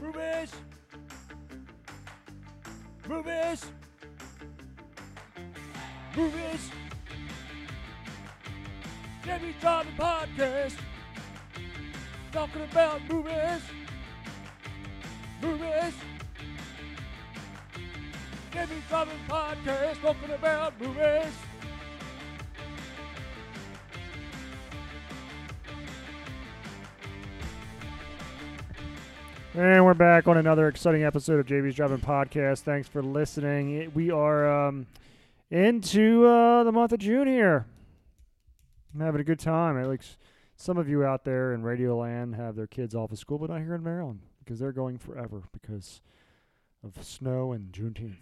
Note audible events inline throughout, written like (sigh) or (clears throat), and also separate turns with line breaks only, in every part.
Rubish! Rubish! Rubish! Jimmy Johnson Podcast! Talking about movies! Movies! Jimmy Johnson Podcast! Talking about movies!
And we're back on another exciting episode of JB's Driving Podcast. Thanks for listening. It- We are um, into uh, the month of June here. I'm having a good time. At least some of you out there in Radio Land have their kids off of school, but not here in Maryland because they're going forever because of snow and Juneteenth.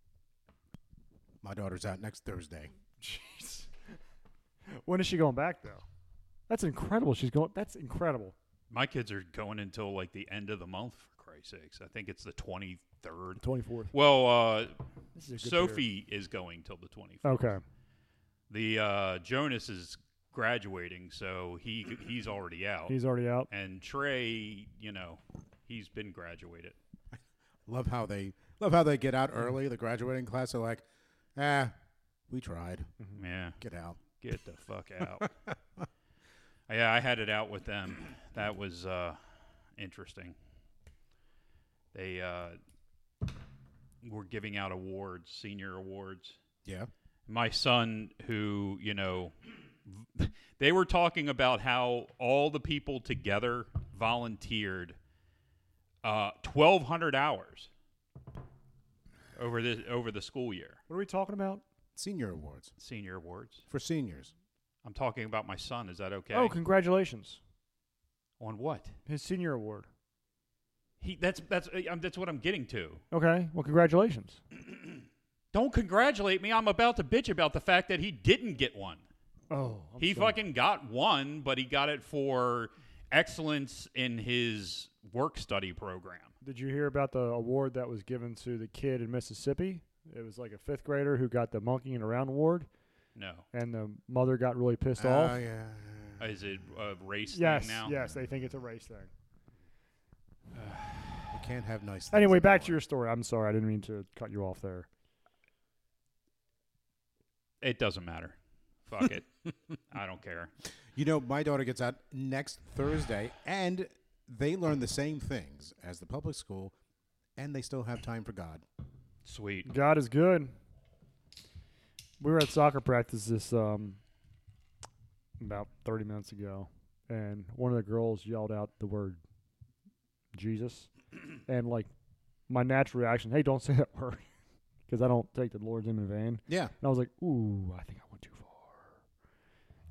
(laughs)
My daughter's out next Thursday.
Jeez. When is she going back though? That's incredible. She's going. That's incredible.
My kids are going until like the end of the month, for Christ's sakes. I think it's the 23rd.
Twenty fourth.
Well, uh,
This is a good Oh.
Sophie is going till the 24th.
Okay.
The uh, Jonas is graduating, so he he's already out.
He's already out.
and Trey, you know, he's been graduated.
Love how they love how they get out
Mm-hmm.
early. The graduating class are like, ah, we tried.
Mm-hmm.
Yeah.
Get out.
Get the fuck out. (laughs) yeah, I had it out with them. That was uh, interesting. They uh, were giving out awards, senior awards.
Yeah.
My son, who, you know, they were talking about how all the people together volunteered uh, 1,200 hours over the, over the school year.
What are we talking about?
Senior awards
Senior awards.
for seniors.
I'm talking about my son. Is that okay?
Oh, congratulations!
On what?
His senior award.
He that's that's uh, um, that's what I'm getting to.
Okay. Well, congratulations.
Don't congratulate me. I'm about to bitch about the fact that he didn't get one.
Oh,
he fucking got one, but he got it for excellence in his work study program.
Did you hear about the award that was given to the kid in Mississippi? It was like a fifth grader who got the monkeying around award,
No,
and the mother got really pissed off.
Oh yeah.
is it a race
Yes,
thing Uh, now?
yes, they think it's a race thing.
We can't have nice. things
Anyway,
in
back
the
to your story. I'm sorry, I didn't mean to cut you off there.
It doesn't matter.
(laughs)
Fuck it. I don't care.
world. You know, my daughter gets out next Thursday, and they learn the same things as the public school, and they still have time for God.
Sweet.
God is good. We were at soccer practice this um about 30 minutes ago, and one of the girls yelled out the word Jesus, and like my natural reaction, hey, don't say that word, (laughs) because I don't take the Lord's name in vain. And
Yeah.
I was like, ooh, I think I went too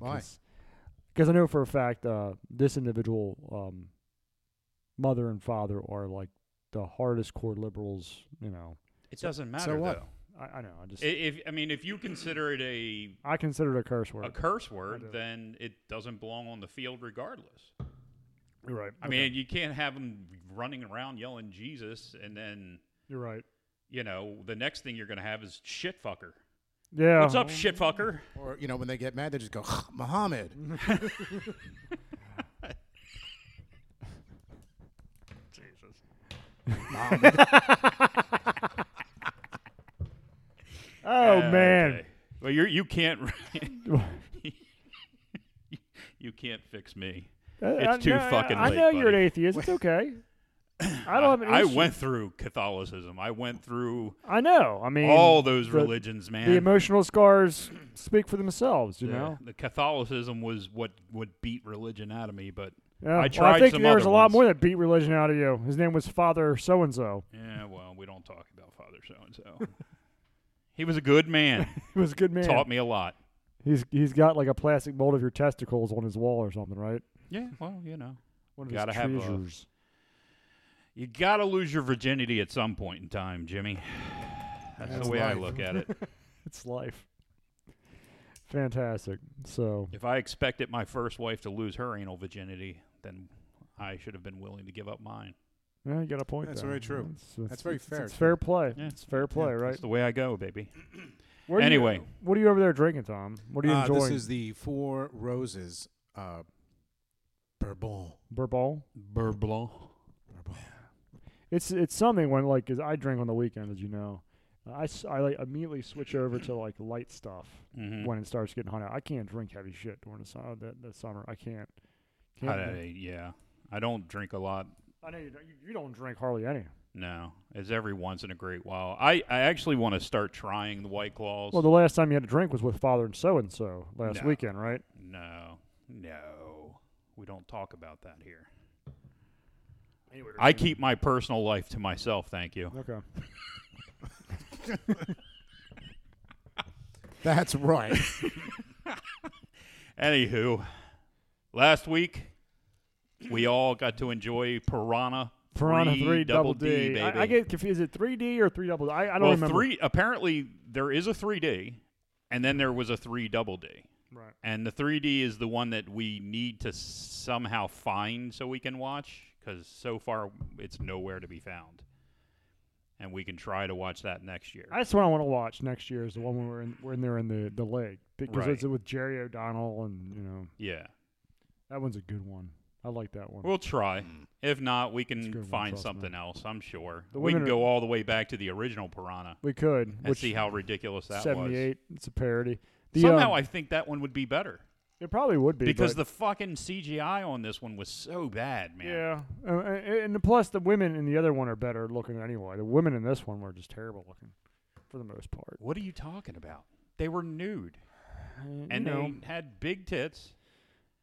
far.
Why?
Because I know for a fact uh, this individual um, mother and father are like the hardest core liberals. You know,
It doesn't matter
what?
though.
I, I know. I just
I- If I mean, if you consider it a
I consider it a curse word.
a curse
I
word,
don't.
then it doesn't belong on the field, regardless.
You're right.
I mean, you can't have them running around yelling Jesus, and then
you're right.
you know the next thing you're going to have is shit fucker.
Yeah.
What's up, shit fucker?
Or you know, when they get mad, they just go Muhammad.
Oh
Uh,
man.
okay. Well, you you can't (laughs) you can't fix me.
Uh, I- I-
It's too
no, I-
fucking
I
late,
know you're an
buddy.
atheist.
(laughs)
It's okay. I don't have an
I
issue.
went through Catholicism. I went through
I know. I mean,
all those
the-
religions, man.
The emotional scars speak for themselves. You
Yeah.
know.
the Catholicism was what would beat religion out of me, but
Yeah.
I
Well, I
tried
think
some
there was
other
a lot
ones.
more that beat religion out of you. His name was Father So and So.
yeah, well, we don't talk about Father So and So. He was a good man.
(laughs) He was a good man.
Taught me a lot.
He's he's got like a plastic mold of your testicles on his wall or something, right?
Yeah, well, you know.
One of
Gotta
his
have a-
treasures.
You gotta lose your virginity at some point in time, Jimmy. That's,
That's
the way I
life.
look at it.
It's life. Fantastic. So
if I expected my first wife to lose her anal virginity, then I should have been willing to give up mine.
yeah, you got a point.
That's
there.
very true.
It's- it's-
That's very
it's-
fair,
It's
too.
fair play.
Yeah.
It's fair play, right?
That's the way I go, baby.
Where are you-
Anyway.
what are you over there drinking, Tom? What are you
Uh,
enjoying?
this is the Four Roses uh, Bourbon.
Bourbon.
Beurre blanc.
terrible.
It's it's something when like 'cause I drink on the weekend, as you know. I, s- I, like immediately switch over to like light stuff
Mhm.
when it starts getting hot out. I can't drink heavy shit during the, su- uh, the, the summer. I can't. can't
I-
drink-
yeah, I don't drink a lot
I know you don't, you- you don't drink hardly any.
No, it's every once in a great while. I, I actually want to start trying the White Claws.
Well, the last time you had a drink was with Father and So and So last
No.
weekend, right?
no, no, we don't talk about that here.
Anyway,
I keep my personal life to myself. Thank you.
Okay.
That's right.
Anywho, last week we all got to enjoy Piranha.
Piranha 3, double D. I
baby.
I get confused. Is it 3D or 3 double D? I, I don't
well,
remember.
three. Apparently, there is a three D, and then there was a three double D.
Right.
and the 3D is the one that we need to somehow find so we can watch because so far it's nowhere to be found, and we can try to watch that next year.
That's what I want to watch next year is the one where we're in, when they're in the, the lake. Because
Right.
it's with Jerry O'Donnell and, you know,
yeah,
that one's a good one. I like that one.
we'll try. If not, we
It's a good
can
one,
find
trust me.
something else. I'm sure
The
we
women
can
are-
go all the way back to the original Piranha
we could.
and
Which
see how ridiculous that was.
78, it's a parody. The,
Somehow,
um,
I think that one would be better
it probably would be.
because
but,
the fucking CGI on this one was so bad, man.
Yeah. Uh, and and plus, the women in the other one are better looking anyway. The women in this one were just terrible looking for the most part.
What are you talking about? They were nude. and
you know.
they had big tits,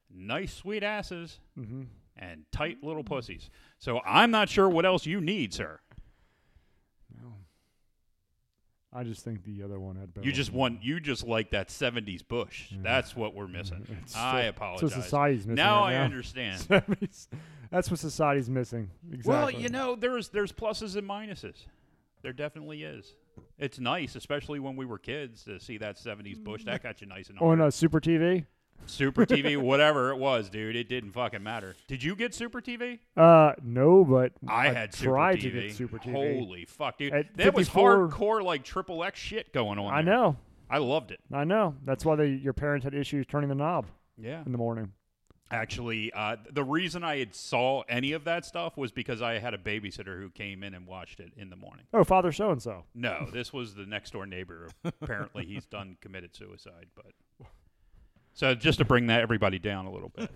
nice sweet asses,
Mm-hmm.
and tight little pussies. So I'm not sure what else you need, sir.
I just think the other one had better.
You just
looking
want you just like that '70s bush.
Yeah.
That's what we're missing.
women. Mm. It's
I
so-
apologize.
So society's missing.
now
right
I
now. (laughs)
understand.
70s. That's what society's missing. Exactly.
Well, you know, there's there's pluses and minuses. There definitely is. It's nice, especially when we were kids, to see that '70s bush. That got you nice and hard.
on uh, Super TV. (laughs)
Super TV, whatever it was, dude, it didn't fucking matter. Did you get Super TV?
Uh, no, but
I had Super
tried
TV.
to get Super TV.
Holy fuck, dude!
At
that was
54
hardcore, like triple X shit going on.
I
there.
know,
I loved it.
I know. That's why they, your parents had issues turning the knob
Yeah.
in the morning.
Actually, uh, the reason I had saw any of that stuff was because I had a babysitter who came in and watched it in the morning.
Oh, father so and so.
No, this was the next door neighbor. Apparently, he's done committed suicide. But so just to bring that everybody down a little
(laughs)
bit.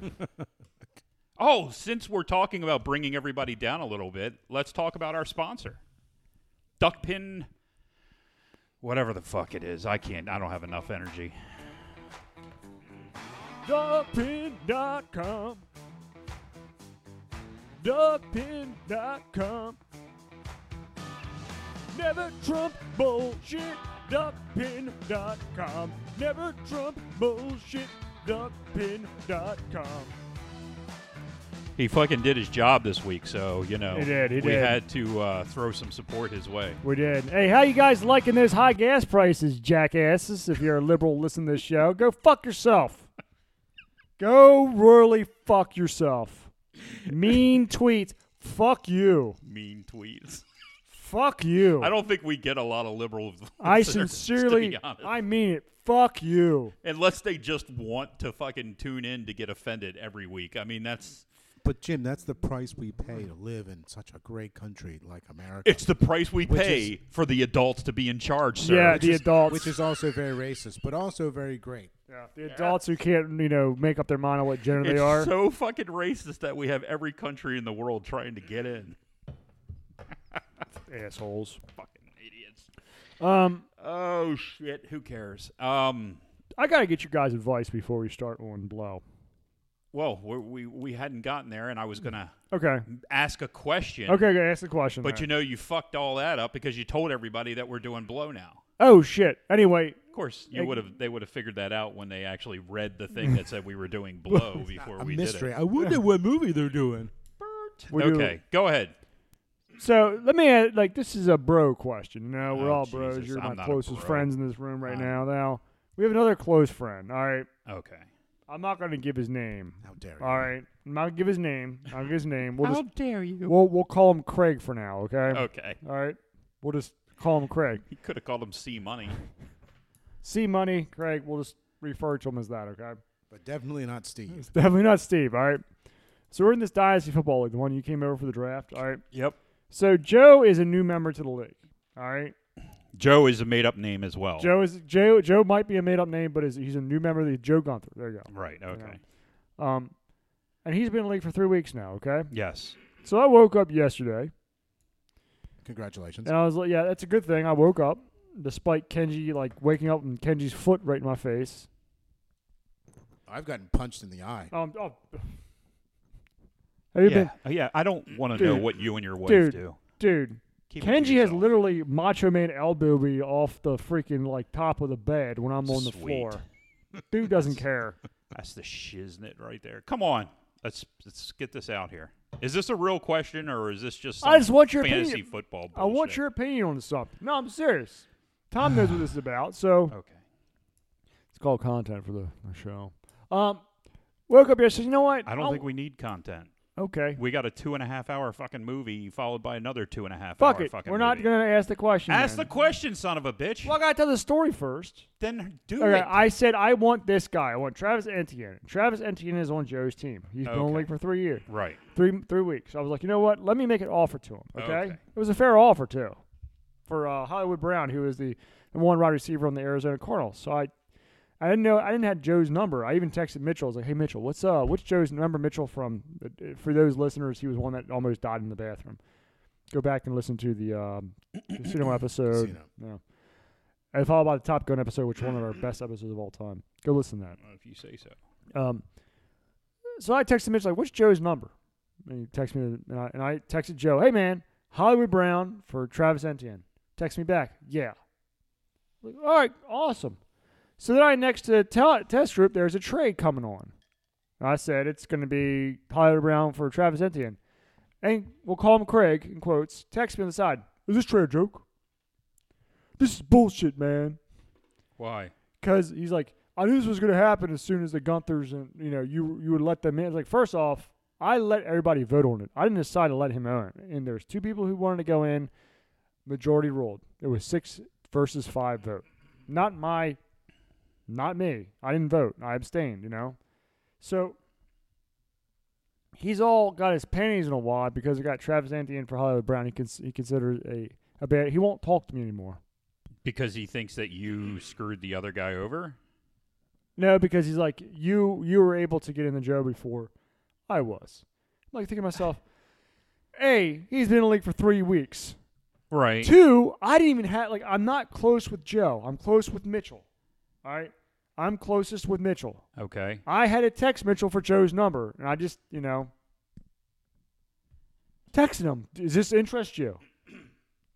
oh, since we're talking about bringing everybody down a little bit, let's talk about our sponsor, Duckpin. Whatever the fuck it is, I can't. I don't have enough energy.
Duckpin.com. Duckpin.com. Never Trump bullshit. Duckpin.com. Never Trump bullshit. Duckpin.com.
He fucking did his job this week, so you know
He did, he
we
did.
had to uh, throw some support his way.
We did. Hey, how you guys liking those high gas prices, jackasses? If you're a liberal listening to this show, go fuck yourself. Go really fuck yourself. Mean tweets. Fuck you.
Mean tweets.
Fuck you.
I don't think we get a lot of liberal. (laughs)
I
listeners, To
sincerely,
be honest.
I mean it. Fuck you.
unless they just want to fucking tune in to get offended every week. I mean, that's
But Jim, that's the price we pay to live in such a great country like America.
it's the price we
Which
pay
is-
for the adults to be in charge, sir.
Yeah,
Which
the
is-
adults.
which is also very racist, but also very great.
yeah, the adults who can't, you know, make up their mind on what gender
it's
they are.
so fucking racist that we have every country in the world trying to get in.
Assholes.
Fucking idiots.
Um,
Oh shit. Who cares? Um.
I gotta get you guys' advice before we start on blow.
Well, we we, we hadn't gotten there, and I was gonna
Okay.
ask a question.
Okay. Okay. Ask the question.
But
then.
you know, you fucked all that up because you told everybody that we're doing blow now.
Oh shit. Anyway,
Of course, you would have. They would have figured that out when they actually read the thing that said we were doing
(laughs)
blow before
A
we
mystery.
did
I wonder what movie they're doing.
it.
we do-
okay, go ahead.
so let me add, like this is a bro question. You know, we're
Oh,
all bros.
Jesus,
You're
I'm
my
not a
closest
bro.
friends in this room right
I-
now. Now we have another close friend. All right.
Okay.
I'm not gonna give his name.
How dare you?
Uh,
All right. I'm not gonna give his name. I'll give his name. We'll just
dare you?
we'll we'll call him Craig for now. Okay.
Okay.
All right. We'll just call him Craig.
He could have called him C Money.
C Money, Craig. We'll just refer to him as that. Okay.
But definitely not Steve.
It's definitely not Steve. All right. So we're in this dynasty football league, the one you came over for the draft. All right.
Yep.
So Joe is a new member to the league. All right.
Joe is a made up name as well.
Joe is Joe. Joe might be a made up name, but is he's a new member of the Joe Gunther. There you
Right. Okay.
go. Um, and he's been in the league for three weeks now. Okay.
Yes.
So I woke up yesterday,
Congratulations.
and I was like, "Yeah, that's a good thing." I woke up despite Kenji like waking up and Kenji's foot right in my face.
I've gotten punched in the eye.
Um, oh. Have you
yeah.
been,
Uh, yeah. I don't want to
Dude.
know what you and your wife
Dude.
do.
dude?
Keep it to
Kenji has
yourself.
literally Macho Man elbowed me off the freaking like top of the bed when I'm on the
Sweet. (laughs)
floor. Dude doesn't care.
That's the shiznit right there. Come on. Let's let's get this out here. Is this a real question or is this just some
I just want your
fantasy
opinion.
football bullshit?
I want your opinion on something. No, I'm serious. Tom knows
(sighs)
what this is about, so
Okay.
it's called content for the, the show. Um, woke up yesterday. You know what?
I don't
I'll-
think we need content.
Okay.
We got a two and a half hour fucking movie followed by another two and a half
Fuck
hour
it.
fucking
We're not
movie.
gonna ask the question.
Ask the
then.
question, son of a bitch.
Well, I gotta tell the story first.
Then do
Okay,
it.
I said I want this guy. I want Travis Etienne. Travis Etienne is on Joe's team. He's been on the
Okay.
league for three years,
right.
three three weeks. I was like, you know what? Let me make an offer to him. Okay,
Okay.
it was a fair offer too, for uh, Hollywood Brown, who is the number one wide receiver on the Arizona Cardinals. So I, I didn't know. I didn't have Joe's number. I even texted Mitchell. I was like, hey Mitchell, what's uh, what's Joe's number? Mitchell from uh, for those listeners, he was one that almost died in the bathroom. Go back and listen to the um, casino episode.
Casino.
No. And followed by the Top Gun episode, which is one of our best episodes of all time. Go listen to that.
If you say so.
Um, so I texted Mitch like, "What's Joe's number?" And he texted me, and I, and I texted Joe, "Hey man, Hollywood Brown for Travis Etienne." Text me back, "Yeah." Like, all right, awesome. So then I next to tel- test group, there's a trade coming on. And I said it's going to be Hollywood Brown for Travis Etienne, and we'll call him Craig in quotes. Text me on the side, "Is this trade a joke?" This is bullshit, man
Why?
because he's like, I knew this was going to happen as soon as the Gunthers and you know you you would let them in. It's like first off, I let everybody vote on it. I didn't decide to let him in. And there's two people who wanted to go in. Majority ruled. It was six versus five vote. Not my, not me. I didn't vote. I abstained. You know, so. He's all got his panties in a wad because he got Travis Anthony for Hollywood Brown. He cons- he considers a a bad. He won't talk to me anymore.
Because he thinks that you screwed the other guy over?
No, because he's like, you you were able to get in the Joe before I was. I'm like thinking to myself, A, he's been in the league for three weeks.
Right.
Two, I didn't even have like I'm not close with Joe. I'm close with Mitchell. All right. I'm closest with Mitchell.
Okay.
I had to text Mitchell for Joe's number, and I just, you know, texted him. Does this interest you? (clears throat)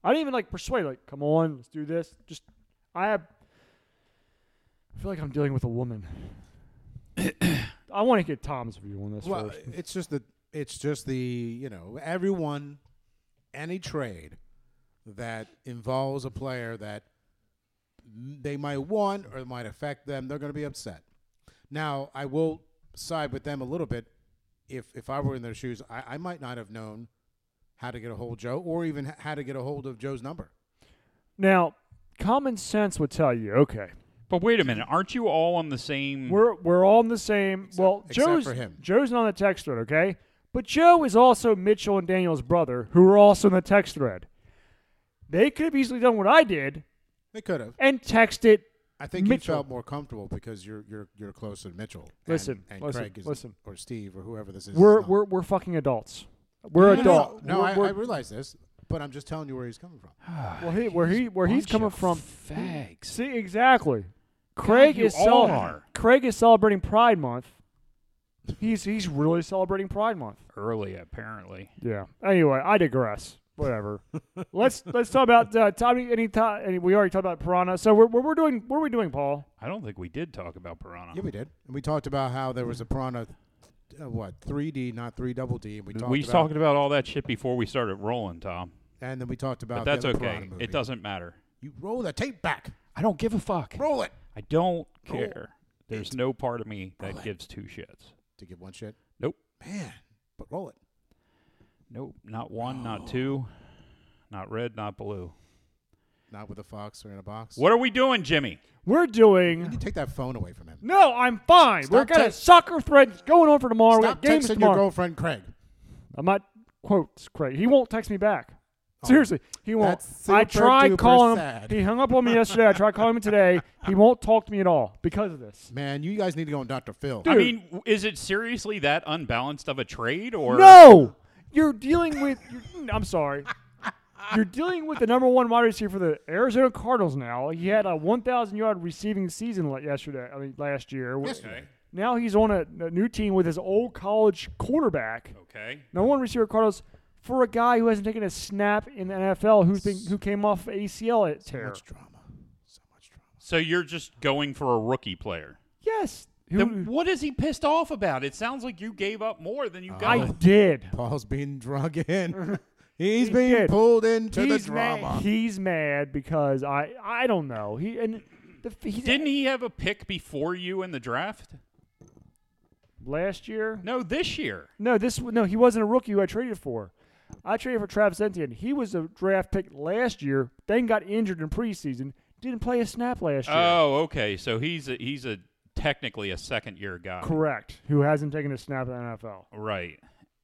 I didn't even like persuade, like, come on, let's do this. Just, I have. I feel like I'm dealing with a woman. (clears throat) I want to get Tom's view on this
Well,
first.
it's just the it's just the you know everyone, any trade that involves a player that m- they might want or might affect them, they're going to be upset. Now, I will side with them a little bit. If if I were in their shoes, I, I might not have known how to get a hold of Joe or even h- how to get a hold of Joe's number.
Now, common sense would tell you, okay,
But wait a minute. Aren't you all on the same.
we're we're all in the same. well,
Mm. except
Joe's
for him.
Joe's not on the text thread, okay? But Joe is also Mitchell and Daniel's brother, who are also in the text thread. They could have easily done what I did
They could have.
and texted.
I think
Mitchell.
you felt more comfortable because you're you're you're closer to Mitchell. and-
Listen,
and,
listen,
Craig is,
listen.
or Steve or whoever this is.
We're
is not.
we're we're fucking adults. We're
no,
adults.
No, no,
we're,
I,
we're-
I realize this, but I'm just telling you where he's coming from.
well, he, where he where he's
Bunch
coming
of
from.
Fags.
See exactly. Craig
you
is
all
cel-
are.
Craig is celebrating Pride Month. He's he's really celebrating Pride Month.
Early, apparently.
Yeah. Anyway, I digress.
(laughs)
Whatever. let's let's talk about uh, Tommy. Any, to- any we already talked about Piranha. So we're, we're we're doing what are we doing, Paul?
I don't think we did talk about Piranha.
Yeah, we did. And we talked about how there was a piranha, uh, what three D, not three double D. And we talked.
we was
about,
talking about all that shit before we started rolling, Tom.
And then we talked
But
about.
that's
the other
okay.
Piranha movie.
It doesn't matter.
You roll the tape back.
I don't give a fuck.
Roll it.
I don't
Roll
care. There's no part of me
Roll
that
it.
gives two shits.
To give one shit.
Nope.
Man, but roll it.
Nope. Not one, not two, not red, not blue.
Not with a fox or in a box.
What are we doing, Jimmy?
We're
You
doing.
take that phone away from him.
No, I'm fine. We're
Stop
got a
text-
soccer thread going on for tomorrow. we
Stop
got games
texting your
tomorrow.
girlfriend, Craig.
I'm not quotes Craig. He won't text me back. Seriously, he won't.
Oh. that's
I
super
tried
duper
calling
sad.
him. He hung up on me yesterday. I tried calling him
(laughs)
today. He won't talk to me at all because of this.
Man, you guys need to go on Dr. Phil.
I
Dude.
mean, w- is it seriously that unbalanced of a trade? Or
No, you're dealing with. You're, I'm sorry. You're dealing with the number one wide receiver for the Arizona Cardinals now. He had a 1,000 yard receiving season like yesterday. I mean, last year.
Yesterday.
Now he's on a, a new team with his old college quarterback.
Okay.
Number one receiver Cardinals for a guy who hasn't taken a snap in the NFL, who's been who came off ACL at
So
tear.
much drama. So much drama.
So you're just going for a rookie player.
Yes, who-
Then what is he pissed off about? It sounds like you gave up more than you got.
I did.
Paul's being drug in. He's
He
being
did.
pulled into
He's
the drama.
mad. He's mad because I I don't know. He and the, he's,
Oh. Didn't he have a pick before you in the draft?
last year.
No, this year.
No, this no, he wasn't a rookie who I traded for. I traded for Travis Etienne. He was a draft pick last year, then got injured in preseason, didn't play a snap last year.
Oh, okay. So he's a, he's a technically a second year guy.
Correct. Who hasn't taken a snap in the NFL?
Right.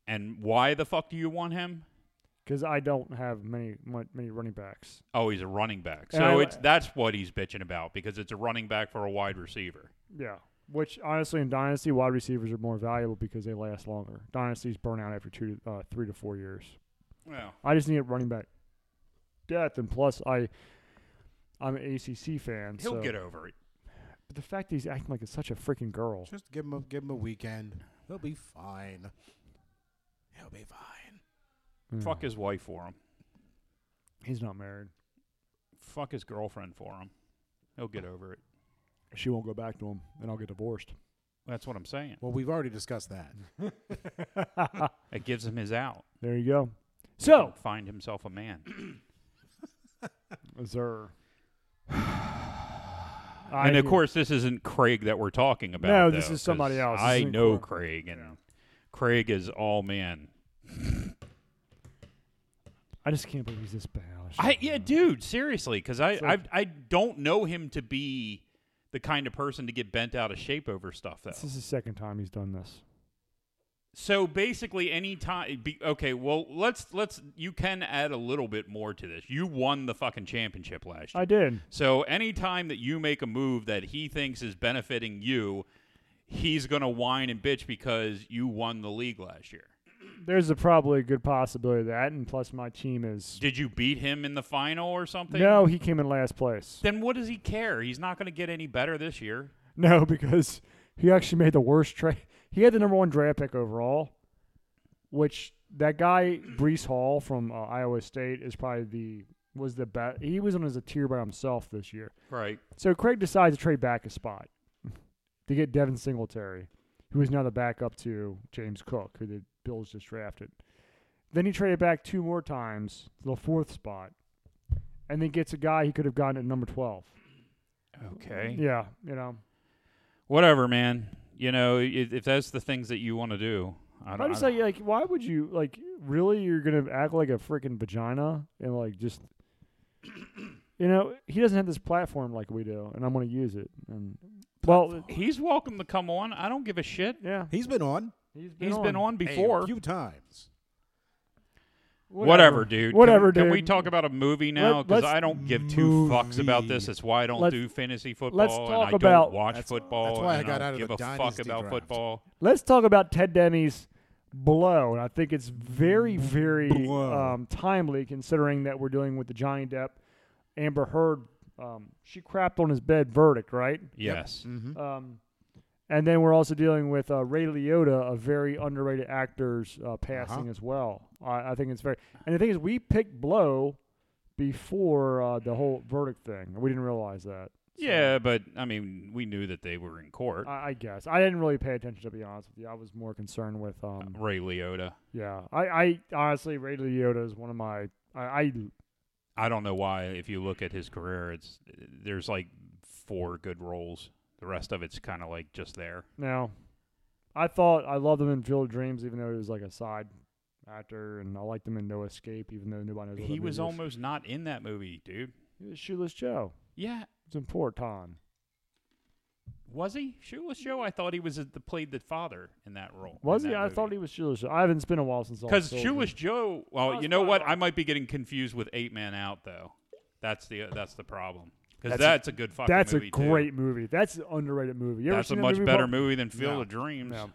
And why the fuck do you want him?
Because I don't have many mu- many running backs.
Oh, he's a running back.
And
So
I-
it's that's what he's bitching about because it's a running back for a wide receiver.
Yeah. Which honestly, in dynasty, wide receivers are more valuable because they last longer. Dynasties burn out after two, to- uh, three to four years.
Well,
I just need a running back death, and plus, I I'm an ACC fan.
he'll
so.
get over it.
But the fact that he's acting like it's such a freaking girl.
Just give him a give him a weekend. He'll be fine. He'll be fine.
Mm.
Fuck his wife for him.
He's not married.
Fuck his girlfriend for him. He'll get over it.
She won't go back to him, and I'll get divorced.
That's what I'm saying.
Well, we've already discussed that.
It gives him his out.
There you go. So,
Find himself a man.
(sighs) Zer.
and of course, this isn't Craig that we're talking about.
No, this
though,
is somebody
'cause
else. This
I
isn't
know
Craig.
Craig, and Craig is all man.
I just can't believe he's this bad. was
I
shocked.
yeah, dude, seriously, because I
It's
I
like-
I don't know him to be the kind of person to get bent out of shape over stuff though.
This is the second time he's done this.
So basically, any time. Be, okay, well, let's let's. You can add a little bit more to this. You won the fucking championship last year.
I did.
so any time that you make a move that he thinks is benefiting you, he's gonna whine and bitch because you won the league last year.
There's a probably a good possibility of that, and plus my team is.
Did you beat him in the final or something?
No, he came in last place.
Then what does he care? He's not gonna get any better this year.
(laughs) No, because he actually made the worst trade. He had the number one draft pick overall, which that guy Brees Hall from uh, Iowa State is probably the was the best. He was on as a tier by himself this year.
Right.
So Craig decides to trade back a spot (laughs) to get Devin Singletary, who is now the backup to James Cook, who the Bills just drafted. Then he traded back two more times to the fourth spot, and then gets a guy he could have gotten at number twelve.
Okay.
Yeah, you know.
Whatever, man. You know, i- if that's the things that you want to do, I
I
don't.
just
I-
like like why would you like really you're gonna act like a freaking vagina and like just (coughs) you know he doesn't have this platform like we do and I'm gonna use it and well
He's welcome to come on. I don't give a shit.
yeah
He's been on
He's been on
a
before.
few times.
Whatever, dude. Can-
whatever
can,
dude
we talk about a movie now? Because
let's
I don't give two fucks about this.
movie.
That's why I don't
Let's-
do fantasy football.
talk
and I
about-
don't watch
That's-
football.
that's why I
and
got
don't
out of
give
the
a fuck
dynasty
about
draft.
football.
let's talk about Ted Denny's blow and I think it's very very
Blow.
um, timely considering that we're dealing with the Johnny Depp Amber Heard um, she crapped on his bed verdict right
Yes.
Mm-hmm.
Um, and then we're also dealing with uh, Ray Liotta, a very underrated actor's uh, passing
Uh-huh.
as well. I, I think it's very. And the thing is, we picked Blow before uh, the whole verdict thing. We didn't realize that. So,
Yeah, but I mean, we knew that they were in court.
I, I guess I didn't really pay attention to be honest with you. I was more concerned with um.
Ray Liotta.
Yeah, I, I honestly Ray Liotta is one of my I, I
I don't know why. If you look at his career, it's there's like four good roles. The rest of it's kind of like just there.
now. I thought I loved him in Field of Dreams, even though he was like a side actor, and I liked him in No Escape, even though nobody knows. what
He
that movie
was
is.
almost not in that movie, dude.
He was Shoeless Joe.
Yeah,
It's important.
was he Shoeless Joe? I thought he was the played the father in that role.
Was he? I thought he was Shoeless Joe. I haven't. It's been a while since I
because
saw him.
Shoeless Joe. Well,
was
you know what?
probably-
I might be getting confused with Eight Man Out though. That's the uh, that's the problem because
That's
that's,
a-
a good fucking.
That's a
movie, too.
great movie. That's an underrated movie. You ever
That's a
seen that
much
movie,
better
Bob?
movie than Field
No.
of Dreams.
No.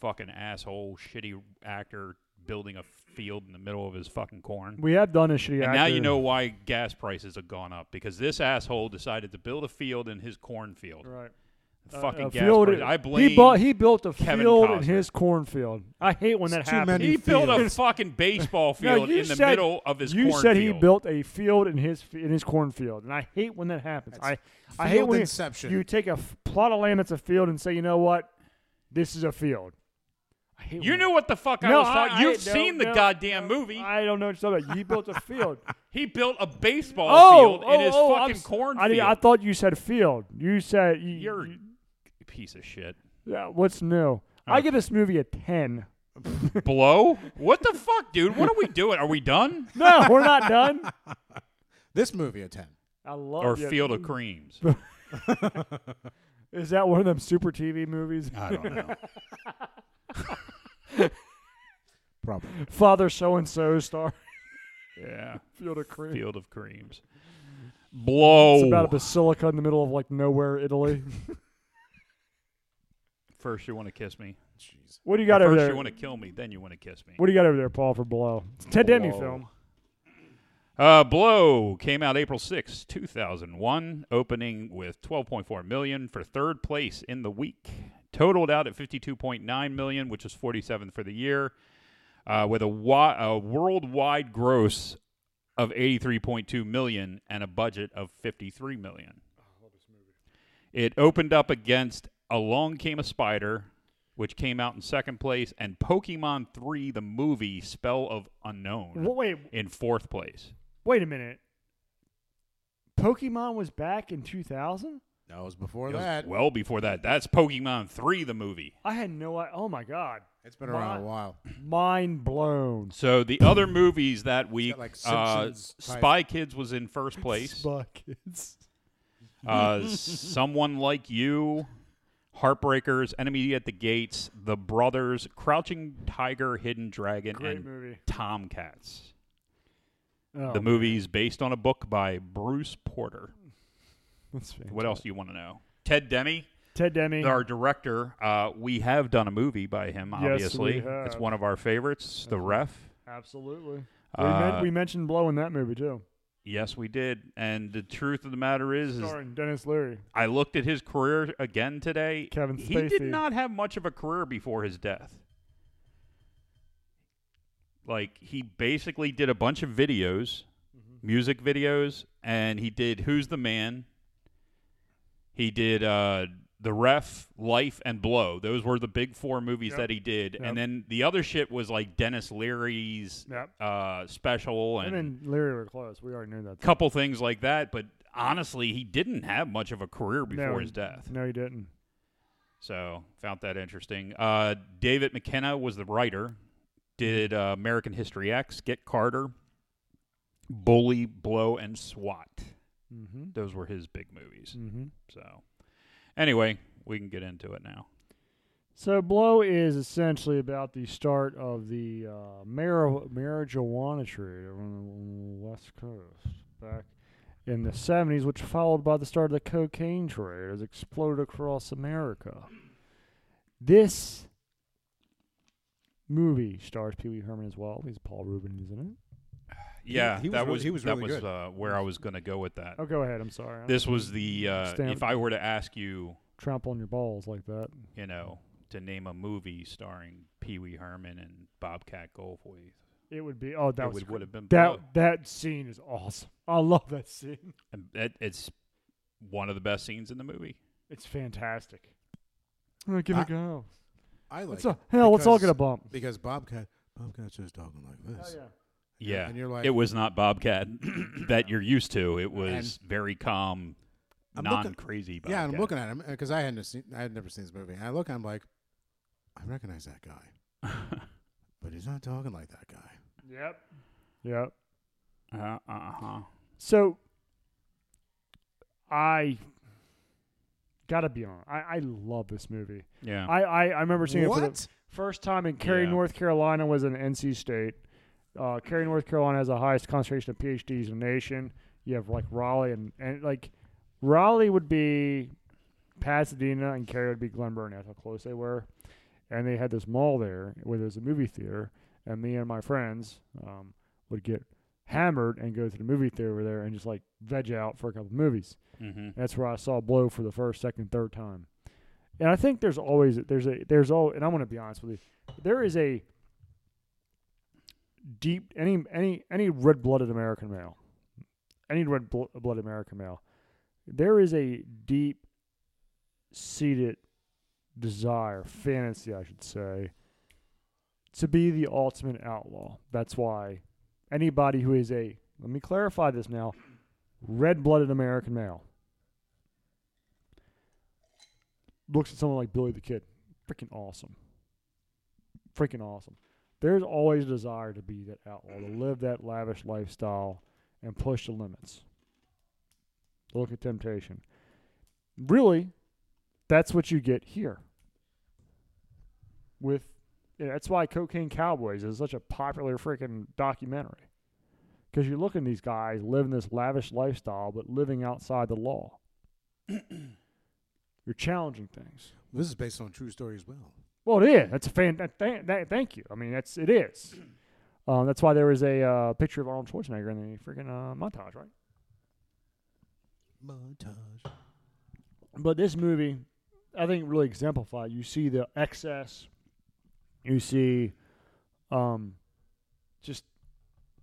Fucking asshole, shitty actor building a field in the middle of his fucking corn.
We have done a shitty.
and now
actor.
you know why gas prices have gone up because this asshole decided to build a field in his cornfield.
Right. Uh,
Fucking
a
gas
field-
prices. I blame.
He bought. He built a
Kevin
field in
Costner.
his cornfield. I hate when
It's
that
too
happens.
many
He built a
fields.
fucking
(laughs)
baseball
No,
field
you
in the
said-
middle of his
You
cornfield.
said he built a field in his in his cornfield, and I hate when that happens. I
That's
I hate
field
when you-
inception.
you take a f- plot of land that's a field and say, you know what, this is a field. I hate
You
when
knew
that-
what the fuck I
No,
was talking.
I-
You've
I- no,
seen the
no,
goddamn
no,
movie.
I don't know what you're talking about. You built a field.
he built (laughs) a baseball
oh,
field
oh,
in his
oh, I'm
fucking
s- I,
cornfield.
did- I thought you said field. You said you,
You're a piece of shit.
yeah, what's new?
Oh.
I give this movie a
(laughs)
ten.
Blow? What the fuck, dude? What are we doing? Are we
(laughs)
done?
No, we're not done.
this movie a ten.
I love
Or
you.
Field of Creams?
Is that one of them super TV movies? (laughs)
I don't know.
Probably.
Father so and so star. (laughs)
Yeah.
Field of Cream.
Field Oh. of Creams. Blow.
It's about a basilica in the middle of like nowhere, Italy.
(laughs) First, you want to kiss me.
Jeez.
what do you got
First,
over there?
you want to kill me. Then you want to kiss me.
what do you got over there, Paul? For below, it's a Ted Demi
Blow.
film.
Uh, Blow came out April 6, 2001, opening with 12.4 million for third place in the week. Totaled out at 52.9 million, which is 47th for the year, uh, with a, wi- a worldwide gross of 83.2 million and a budget of 53 million. It opened up against Along Came a Spider, which came out in second place, and Pokemon 3, the movie Spell of Unknown,
Wha- wait,
in fourth place.
wait a minute. Pokemon was back in 2000.
That was before
It was
that.
Well before that. That's Pokemon 3, the movie.
I had no idea. Oh my god,
it's been around a
my-
while.
mind blown.
So the other movies that week,
like
uh,
Simpsons type.
Spy Kids was in first place.
Buckets.
Uh, Someone Like You, Heartbreakers, Enemy at the Gates, The Brothers, Crouching Tiger, Hidden Dragon,
Great
and
movie.
Tomcats.
Oh,
the movie is based on a book by Bruce Porter.
that's fantastic.
What else do you want to know? Ted Demi,
Ted Demi.
our director. Uh, we have done a movie by him.
Yes, we
Obviously, it's
have.
one of our favorites. The Ref.
Absolutely. we,
Uh,
men- we mentioned Blow in that movie too,
Yes, we did. And the truth of the matter is, is
starring Dennis Leary.
I looked at his career again today.
Kevin
He did
Spacey.
not have much of a career before his death. Like he basically did a bunch of videos,
Mm-hmm.
music videos, and he did "Who's the Man." He did uh, "The Ref," "Life," and "Blow." Those were the big four movies
Yep.
that he did,
Yep.
and then the other shit was like Dennis Leary's
Yep.
uh, special
Him
and
and Leary were close. We already knew that.
couple things like that, but honestly, he didn't have much of a career before
No,
his death.
No, he didn't.
So found that interesting. Uh, David McKenna was the writer. Did uh, American History X, Get Carter, Bully, Blow, and SWAT.
Mm-hmm.
Those were his big movies.
Mm-hmm.
So anyway, we can get into it now.
So blow is essentially about the start of the uh, mar- marijuana trade on the West Coast back in the '70s, which followed by the start of the cocaine trade as it exploded across America. This movie stars Pee Wee Herman as well. He's Paul Rubin, isn't it?
Yeah,
he was
that
really-
was
he was
that
really
was
good.
Uh, where I was going to go with that.
Oh, go ahead. I'm sorry. I'm
This was the uh,
Stamp.
if I were to ask you,
trample on your balls like that.
you know, to name a movie starring Pee Wee Herman and Bobcat Goldthwait.
It would be. Oh, that
it
was
would,
cr-
would have been
that
Blow.
that scene is awesome. I love that scene.
And that- it's one of the best scenes in the movie.
It's fantastic. give it
I-
a go.
I like
Let's all,
it
hell, let's all
because-
get a bump.
because Bobcat Bobcat's just talking like this.
Oh, Yeah,
And you're like-
it was not Bobcat that you're used to. It was very calm,
I'm looking-
non-crazy. Bobcat.
Yeah, and I'm looking at him because I hadn't seen, I had never seen this movie. And I look, I'm like, I recognize that
(laughs)
guy, but he's not talking like that guy.
Yep. Yep.
Uh huh.
So I gotta be on. I, I love this movie.
Yeah.
I, I, I remember seeing it for the
What?
first time in Cary,
Yeah.
North Carolina was in NC State. Uh, Cary, North Carolina has the highest concentration of PhDs in the nation. You have like Raleigh and, and like Raleigh would be Pasadena and Cary would be Glen Burnie. That's how close they were. And they had this mall there where there's a movie theater. And me and my friends um, would get hammered and go to the movie theater over there and just like veg out for a couple movies.
mm-hmm.
That's where I saw Blow for the first, second, third time. And I think there's always there's a there's all and I'm going to be honest with you, there is a deep any any any red blooded American male, any red blo- blooded American male, there is a deep seated desire, fantasy, I should say, to be the ultimate outlaw. That's why anybody who is a let me clarify this now, red blooded American male looks at someone like Billy the Kid, freaking awesome. Freaking awesome. There's always a desire to be that outlaw, to live that lavish lifestyle and push the limits. Look at temptation. Really, that's what you get here. With yeah, that's why Cocaine Cowboys is such a popular freaking documentary. Because you're looking at these guys living this lavish lifestyle, but living outside the law. you're challenging things.
This is based on true story as well.
Well, it is. That's a fan. That, that, that- thank you. I mean, that's it is. (clears throat) Um, that's why there was a uh, picture of Arnold Schwarzenegger in the freaking uh, montage, right?
Montage.
But this movie, I think, really exemplified. You see the excess. You see, um, just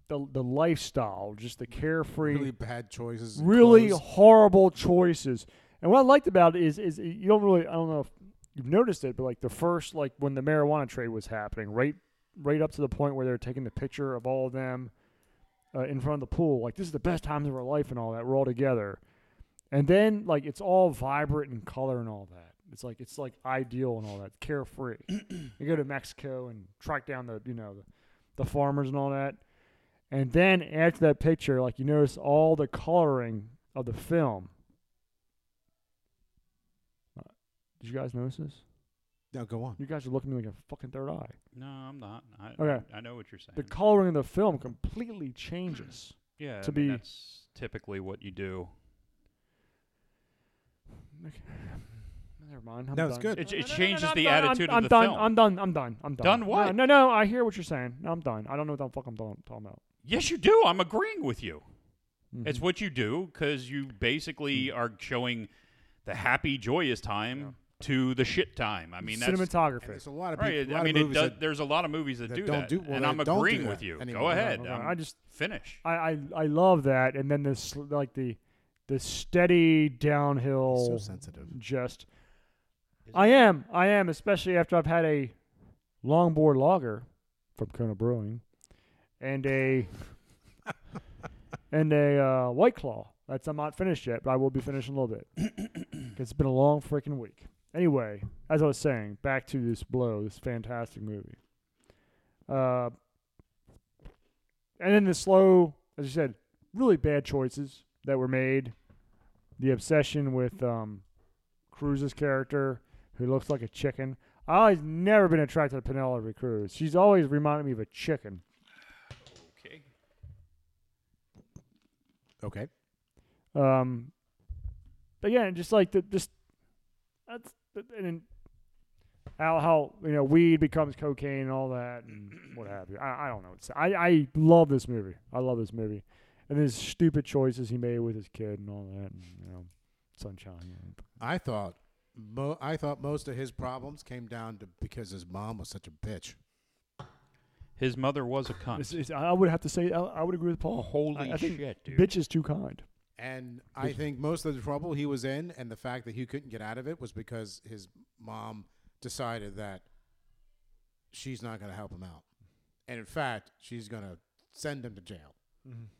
the the lifestyle, just the carefree.
Really bad choices. in
really
clothes.
horrible choices. And what I liked about it is is you don't really I don't know if you've noticed it, but like the first like when the marijuana trade was happening, right right up to the point where they're taking the picture of all of them uh, in front of the pool, like this is the best times of our life and all that. We're all together, and then like it's all vibrant and color and all that. It's like it's like ideal and all that,
(clears throat)
carefree. you go to Mexico and track down the you know the, the farmers and all that. And then after that picture, like you notice all the coloring of the film. Uh, Did you guys notice this?
Now go on.
You guys are looking at me like a fucking third eye.
No, I'm not. I,
Okay.
I know what you're saying.
Uh, The coloring of the film completely changes.
yeah. I
to
mean,
be-
That's typically what you do.
Okay. Never mind. I'm
No,
done.
it's good.
It,
No, no,
it
no, no,
changes
no,
the
I'm done.
attitude
I'm,
of the
I'm done.
film.
I'm done. I'm done. I'm done.
Done
No,
what?
No, no, I hear what you're saying. No, I'm done. I don't know what the fuck I'm talking talking about.
yes, you do. I'm agreeing with you.
Mhm.
It's what you do because you basically
Mm-hmm.
are showing the happy, joyous time to the shit time. I mean, that's
And
cinematography.
there's a lot of people.
right.
a lot
I
of
mean, it
movies
does,
that-
there's a lot of movies that,
that
do
don't
that,
do- well,
and
they
I'm
don't do
agreeing
that
with you. Go
anymore.
ahead.
Okay,
I'm-
I just
finish.
I, I I love that, and then this like the the steady downhill.
so sensitive.
Just, I am, I am, especially after I've had a longboard lager from Kona Brewing, and a and a uh, White Claw. That's I'm not finished yet, but I will be finished in a little bit. 'Cause it's been a long freaking week. Anyway, as I was saying, back to this blow, this fantastic movie. Uh, and then the slow, as you said, really bad choices that were made. The obsession with um, Cruz's character, who looks like a chicken. I always never been attracted to Penelope Cruz. She's always reminded me of a chicken.
Okay.
Okay.
Um, but yeah, and just like the just that's and then how how you know weed becomes cocaine and all that and (clears throat) what have you. I, I don't know. It's, I I love this movie. I love this movie, and his stupid choices he made with his kid and all that. And, you know, sunshine.
I thought, mo- I thought most of his problems came down to because his mom was such a bitch.
His mother was a cunt.
It's, it's, I would have to say I, I would agree with Paul.
Holy
I, I think
shit, dude.
Bitch is too kind.
And I think most of the trouble he was in and the fact that he couldn't get out of it was because his mom decided that she's not going to help him out. And in fact, she's going to send him to jail.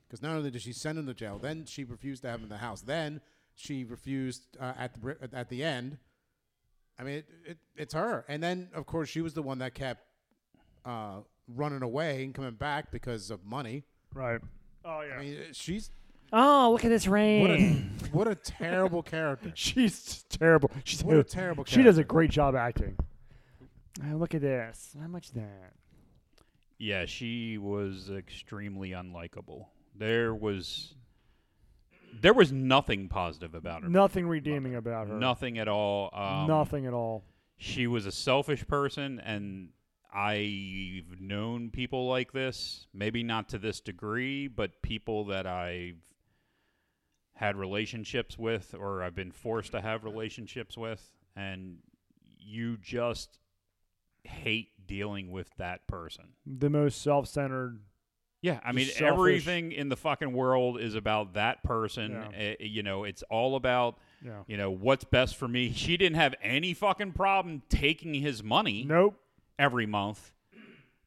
Because not only did she send him to jail, then she refused to have him in the house. Then she refused uh, at the bri- at the end. I mean, it, it, it's her. And then, of course, she was the one that kept uh, running away and coming back because of money
Right. Oh yeah.
I mean, she's
oh, look at this rain.
what a what a terrible character.
(laughs) She's terrible. She's
What a terrible
She does a
character.
great job acting. Oh, look at this. How much that?
Yeah, she was extremely unlikable. There was there was nothing positive about her.
Nothing redeeming about her.
Nothing at all. Um,
Nothing at all.
She was a selfish person, and I've known people like this. Maybe not to this degree, but people that I've had relationships with, or I've been forced to have relationships with, and you just hate dealing with that person.
The most self-centered.
Yeah, I
Just
mean
selfish.
everything in the fucking world is about that person.
Yeah.
Uh, you know, it's all about
Yeah.
you know what's best for me. (laughs) She didn't have any fucking problem taking his money
Nope.
every month,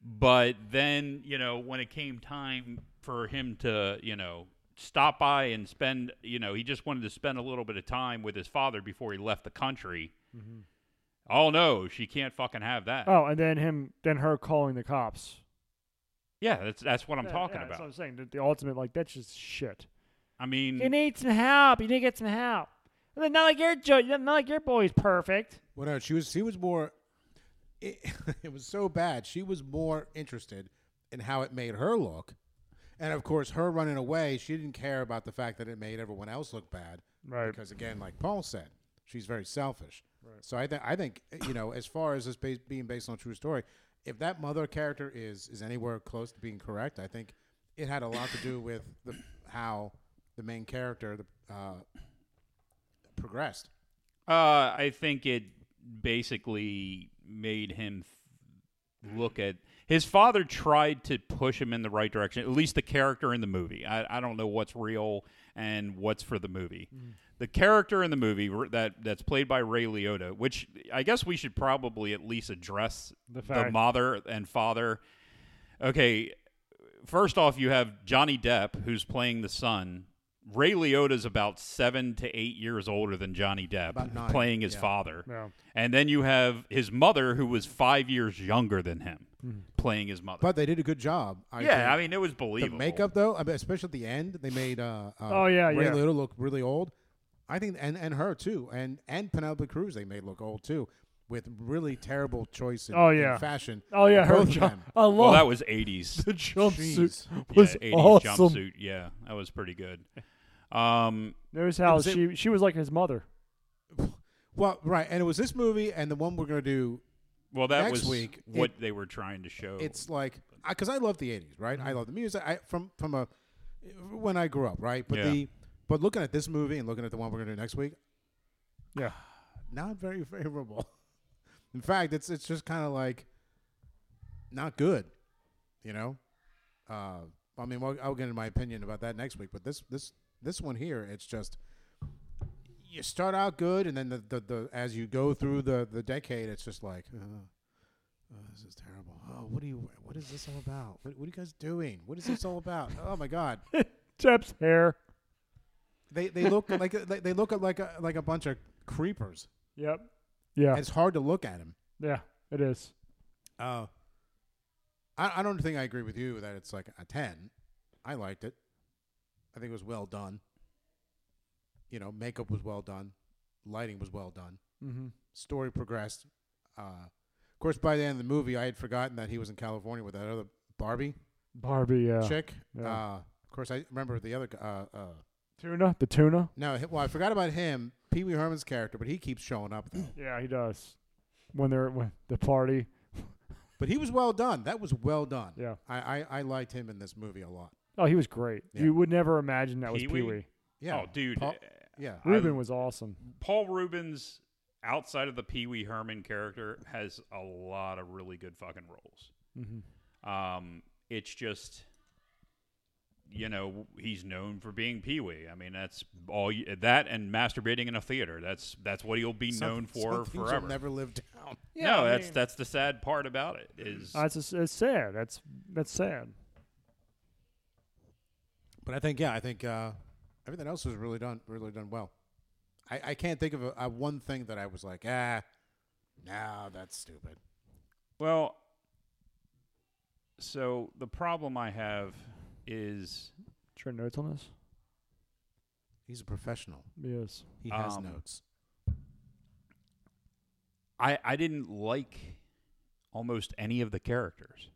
but then you know when it came time for him to you know stop by and spend you know he just wanted to spend a little bit of time with his father before he left the country. Oh no, she can't fucking have that.
Oh, and then him, then her calling the cops.
Yeah, that's that's what I'm
Yeah,
talking
yeah, That's what
about. Mm.
I'm saying. The, the ultimate, like that's just shit.
I mean,
need some help. You need to get some help. Not like your not like your boy's perfect.
Well, no, she was she was more. It, (laughs) it was so bad. She was more interested in how it made her look, and of course, her running away. She didn't care about the fact that it made everyone else look bad.
Right.
Because again, like Paul said, she's very selfish. Right. So I think I think you know, as far as this bas being based on a true story, if that mother character is is anywhere close to being correct, I think it had a lot to (coughs) do with the, how the main character uh, progressed.
Uh, I think it basically made him f- look at his father tried to push him in the right direction. At least the character in the movie. I, I don't know what's real and what's for the movie.
Mm.
The character in the movie r- that that's played by Ray Liotta, which I guess we should probably at least address
The fact-
mother and father. Okay, first off, you have Johnny Depp who's playing the son. Ray Liotta's about seven to eight years older than Johnny Depp,
About nine,
playing his
yeah.
father.
Yeah.
And then you have his mother, who was five years younger than him, playing his mother.
Mm-hmm. But they did a good job. I think.
yeah, I mean, it was
The
believable.
makeup though, I mean, especially at the end, they made uh, uh
Oh, yeah,
Ray
yeah.
Liotta look really old. I think and and her too, and and Penelope Cruz they made look old too, with really terrible choice in,
Oh,
in
yeah.
fashion.
Oh yeah,
of
her
both of
job. (laughs)
them.
I love
Well, that was
(laughs)
80s.
the jumpsuit.
Jeez.
Was
yeah, 80s
awesome.
jumpsuit. Yeah, that was pretty good. Um,
Notice how
was it-
she she was like his mother.
Well, right, and it was this movie and the one we're gonna do.
well, that
Next
was
week,
what
it-
they were trying to show.
It's like because I love the '80s, right?
Mm-hmm.
I love the music. I from from a when I grew up, right? But
Yeah.
the but looking at this movie and looking at the one we're gonna do next week,
Yeah.
not very (laughs) favorable. In fact, it's it's just kind of like not good, you know. Uh, I mean, well, I'll get into my opinion about that next week, but this this this one here, it's just you start out good, and then the the, the as you go through the the decade, it's just like. Uh, Oh, this is terrible. Oh, what do you? What is this all about? What, what are you guys doing? What is this all about? Oh my God!
Jeff's hair.
They they look (laughs) like they they look like a like a bunch of creepers.
Yep. Yeah.
It's hard to look at them.
yeah. It is.
Uh, I, I don't think I agree with you that it's like a 10. I liked it. I think it was well done. You know, makeup was well done, lighting was well done,
Mm-hmm.
story progressed. Uh, of course, by the end of the movie, I had forgotten that he was in California with that other Barbie
Barbie. Yeah.
chick.
yeah.
Uh, of course, I remember the other. g- Uh, uh,
Tuna. The tuna.
no, hi- well, I forgot about him, Pee Wee Herman's character, but he keeps showing up. Though.
Yeah, he does. When they're when the party.
But he was well done. That was well done.
Yeah.
I, I, I liked him in this movie a lot.
Oh, he was great.
Yeah.
You would never imagine that was Pee
Pee-wee?
Wee.
Yeah.
Oh, dude.
Paul- yeah.
Ruben was awesome.
Paul Rubens, outside of the Pee Wee Herman character, has a lot of really good fucking roles.
Mhm.
Mm-hmm.
Um, it's just, you know, he's known for being Pee Wee. I mean, that's all you, that and masturbating in a theater. That's that's what he'll be
Some-
known
some
for
things you'll
forever.
never
(laughs)
live down.
no, that's that's the sad part about it is
That's just- Ah, it's sad. That's that's sad.
But I think yeah, I think uh, everything else was really done really done well. I, I can't think of a, a one thing that I was like ah, no, that's stupid.
well. So the problem I have is
Trent notes on this?
He's a professional.
Yes.
He has
Um,
notes.
I I didn't like almost any of the characters.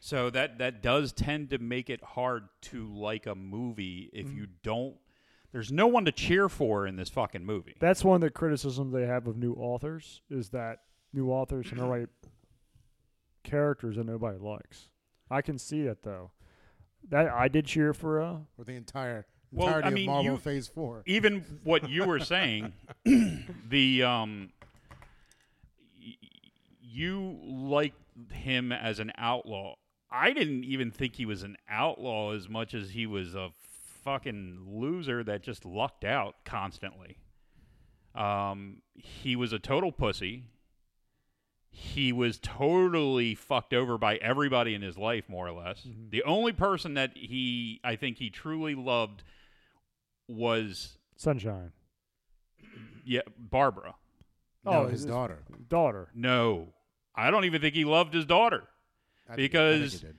So that that does tend to make it hard to like a movie if you don't. There's no one to cheer for in this fucking movie.
That's one of the criticisms they have of new authors is that new authors can write characters that nobody likes. I can see that though. That I did cheer for uh,
For the entire
Well,
entirety
I mean,
of Marvel
you-
Phase Four.
Even what you were saying, (clears throat) the um, y- you liked him as an outlaw. I didn't even think he was an outlaw as much as he was a fucking loser that just lucked out constantly. Um, he was a total pussy. He was totally fucked over by everybody in his life, more or less. The only person that he, I think, he truly loved was
Sunshine.
yeah Barbara.
No,
Oh,
his
his-
daughter.
Daughter.
No, I don't even think he loved his daughter.
I think- I think
Because-
he did.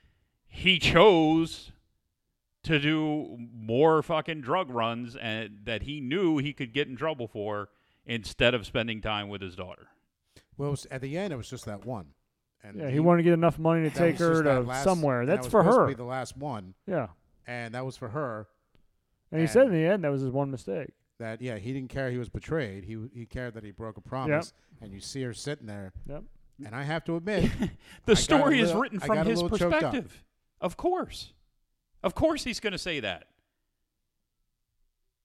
He chose to do more fucking drug runs and that he knew he could get in trouble for instead of spending time with his daughter.
well, it was- at the end, it was just that one. And
Yeah, he wanted to get enough money to
that
take
was just
her
that
to
last-
somewhere.
that
That's
was
for
supposed to
her.
be the last one,
yeah.
and that was for her.
And he said in
And-
the end that was his one mistake.
That yeah, he didn't care he was betrayed. He he cared that he broke a promise. And you see her sitting there,
Yep.
and I have to
(laughs)
admit,
(laughs) The
I got a
story is
little-
written
I
from
got a
his
little choked up.
perspective. Of course. Of course he's going to say that.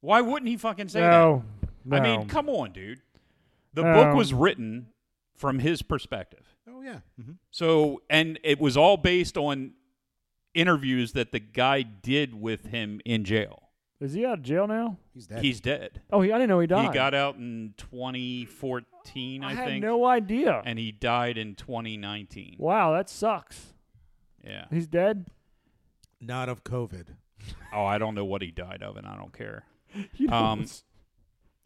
Why wouldn't he fucking say
no,
that? I
no.
mean, come on, dude. The
No.
book was written from his perspective.
oh yeah,
Mm-hmm.
hmm
So, and it was all based on interviews that the guy did with him in jail.
Is he out of jail now?
he's dead.
He's dead.
Oh, he, I didn't know he died.
He got out in 2014, I,
I, had
think,
no idea.
and he died in 2019.
wow, that sucks.
Yeah.
He's dead. (laughs)
not of COVID.
Oh, I don't know what he died of, and I don't care.
You know,
Um,
it's-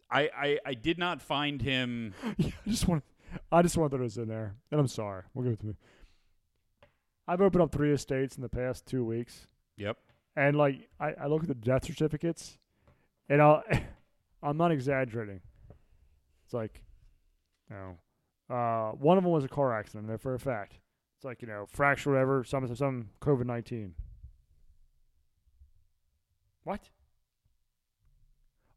I, I, I did not find him.
(laughs) Yeah, I just want I just wanted those in there. And I'm sorry. We'll give it to me. I've opened up three estates in the past two weeks.
Yep.
And like I, I look at the death certificates and I'll (laughs) I'm not exaggerating. It's like no. Uh one of them was a car accident, there for a fact. It's like, you know, fracture whatever, some some- some COVID nineteen. What?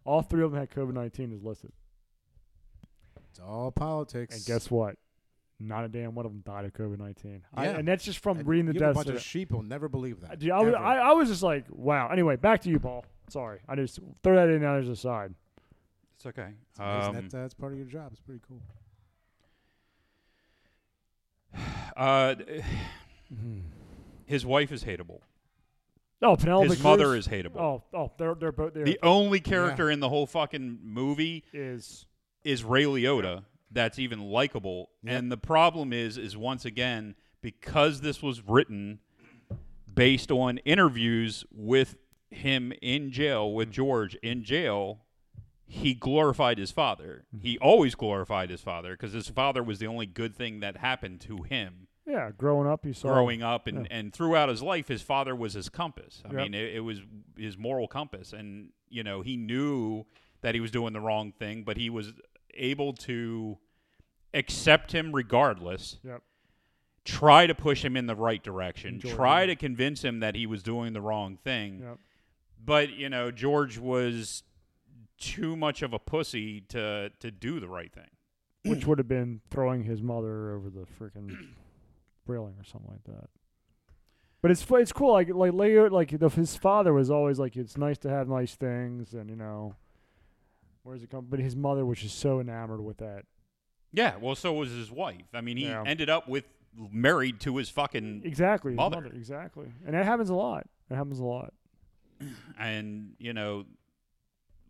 All three of them had COVID nineteen is listed.
It's all politics.
And guess what? Not a damn one of them died of COVID nineteen.
Yeah.
And that's just from
And
reading the
you have a
death.
bunch of
certificate.
sheep will never believe that.
Dude, I, was,
ever.
I, I was just like, wow. Anyway, back to you, Paul. Sorry, I just throw that in there as a side.
It's okay.
It's amazing
Um,
that, uh, that's part of your job. It's pretty cool.
uh, (sighs) his wife is hateable.
Oh, Penelope.
His mother
Cruz?
is hateable.
Oh, oh, they're they're both there.
The only character in the whole fucking movie
is
is Ray Liotta that's even likable.
Yep.
And the problem is, is once again, because this was written based on interviews with him in jail, with George in jail, he glorified his father. He always glorified his father because his father was the only good thing that happened to him
yeah, growing up, you saw
growing (clears throat) up and, and throughout his life his father was his compass i
Yep.
mean it, it was his moral compass and you know he knew that he was doing the wrong thing but he was able to accept him regardless
Yep.
try to push him in the right direction
Enjoy
try
him.
to convince him that he was doing the wrong thing
Yep.
but you know george was too much of a pussy to to do the right thing
Which would have been throwing his mother over the freaking (clears throat) railing or something like that. But it's fu- it's cool. Like like Leo, like the, his father was always like, it's nice to have nice things, and you know, where's it come? But his mother, which is so enamored with that,
yeah well so was his wife i mean he
Yeah.
ended up with married to his fucking
exactly, his
Mother.
mother, exactly, and that happens a lot. It happens a lot.
and you know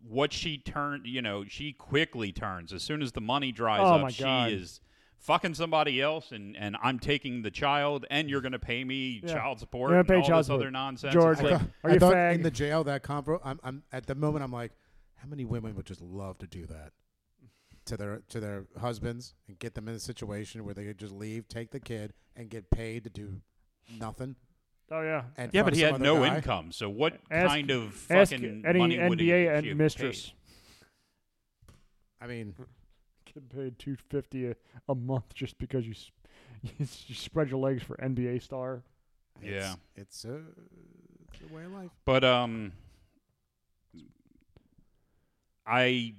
what she turned you know she quickly turns as soon as the money dries
Oh,
up
my
she
God.
is fucking somebody else and and i'm taking the child and you're gonna pay me
Yeah.
child support
You're gonna
and
pay child
all this
support.
other nonsense
George,
It's like,
I
thought-
Are
I
you a
thought
fag?
in the jail that compro. I'm, I'm at the moment. I'm like, how many women would just love to do that to their to their husbands and get them in a situation where they could just leave, take the kid, and get paid to do nothing?
Oh yeah.
And
Yeah,
fuck
but he
some
had
other
no
guy.
income. So what
Ask-
kind of
Ask
fucking
any
money would he,
NBA
she have
and
paid?
mistress
I mean,
get paid two fifty a, a month just because you, s- (laughs) you s- you spread your legs for NBA star.
it's-
Yeah.
it's a, it's a way of life.
But um, I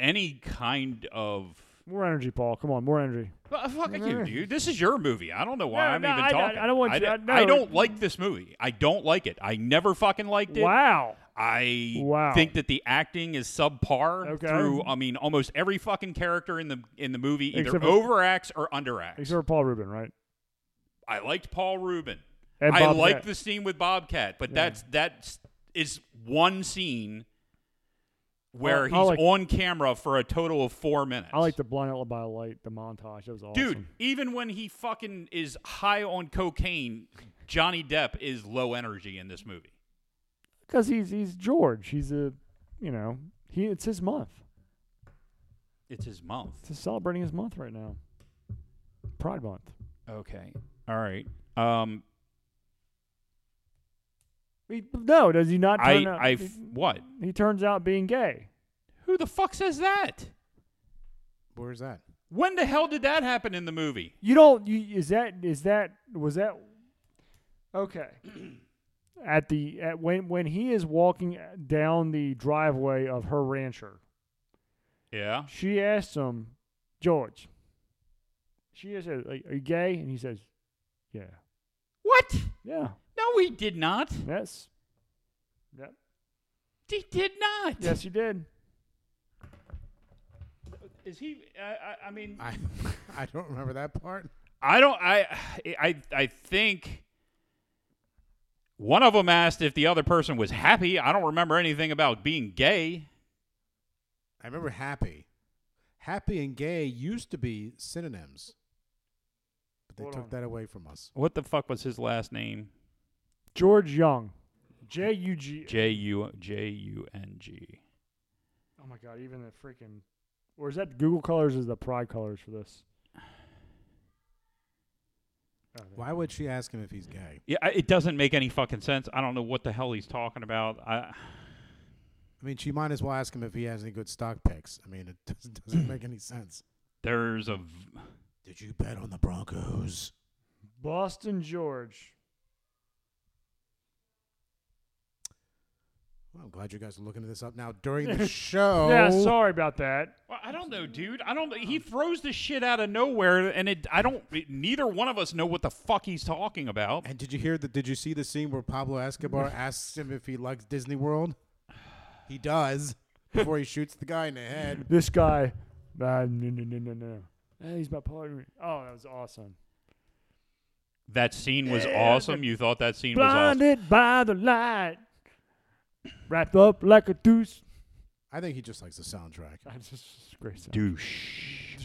any kind of
More energy, Paul. Come on, more energy.
well, uh, fuck you,
Alright.
dude. This is your movie. I don't know why
No,
I'm
no,
even
I- I-
talking.
I don't want you-
d-
I- no.
I don't like this movie. I don't like it. I never fucking liked it.
Wow.
I
Wow.
think that the acting is subpar
Okay.
through. I mean, almost every fucking character in the in the movie either
Except for-
overacts or underacts.
Except for Paul Rubin, right?
I liked Paul Rubin.
And
I
Bob
like
Cat.
the scene with Bobcat, but that's that's is one scene where
I- I
he's
like-
on camera for a total of four minutes.
I like the blind out by light, the montage. That was awesome.
dude. Even when he fucking is high on cocaine, Johnny Depp is low energy in this movie.
because he's he's George. He's a, you know, he it's his month.
It's his month.
It's celebrating his month right now. Pride Month.
Okay. All right. Um.
He- no, does he not?
I
Turn out,
I
he,
f- what?
he turns out being gay.
Who the fuck says that?
Where's that?
When the hell did that happen in the movie?
You don't. You, is that is that was that? Okay. At the at when when he is walking down the driveway of her rancher,
Yeah.
she asks him, George. She says, "Are are you gay?" And he says, "Yeah,
What?
yeah,
No, he did not.
yes, yep,
He did not.
yes, you did."
Is he? I, I, I mean,
I (laughs) I don't remember that part.
I don't. I, I, I think one of them asked if the other person was happy. I don't remember anything about being gay.
I remember happy. Happy and gay used to be synonyms, but they
Hold
took
on.
that away from us.
What the fuck was his last name?
George Young, J U G.
J U J U N G.
Oh my God! Even the freaking, or is that Google Colors? Is the Pride Colors for this? Oh, there.
Why would she ask him if he's gay?
Yeah, I- it doesn't make any fucking sense. I don't know what the hell he's talking about. I,
I mean, she might as well ask him if he has any good stock picks. I mean, it (laughs) doesn't, doesn't make any sense.
there's a. v-
Did you bet on the Broncos?
Boston George.
Well, I'm glad you guys are looking this up now during the show.
Yeah, sorry about that.
Well, I don't know, dude. I don't. He throws this shit out of nowhere, and it. I don't. Neither one of us know what the fuck he's talking about.
And did you hear that? Did you see the scene where Pablo Escobar asks him if he likes Disney World? He does before he shoots the guy in the head.
This guy, uh, no, no, no, no, no. Eh, he's my partner. Oh, that was awesome.
That scene was awesome. You thought that scene was awesome.
Blinded by the light, wrapped up like a (laughs) deuce.
I think he just likes the soundtrack.
I just great sound.
douche.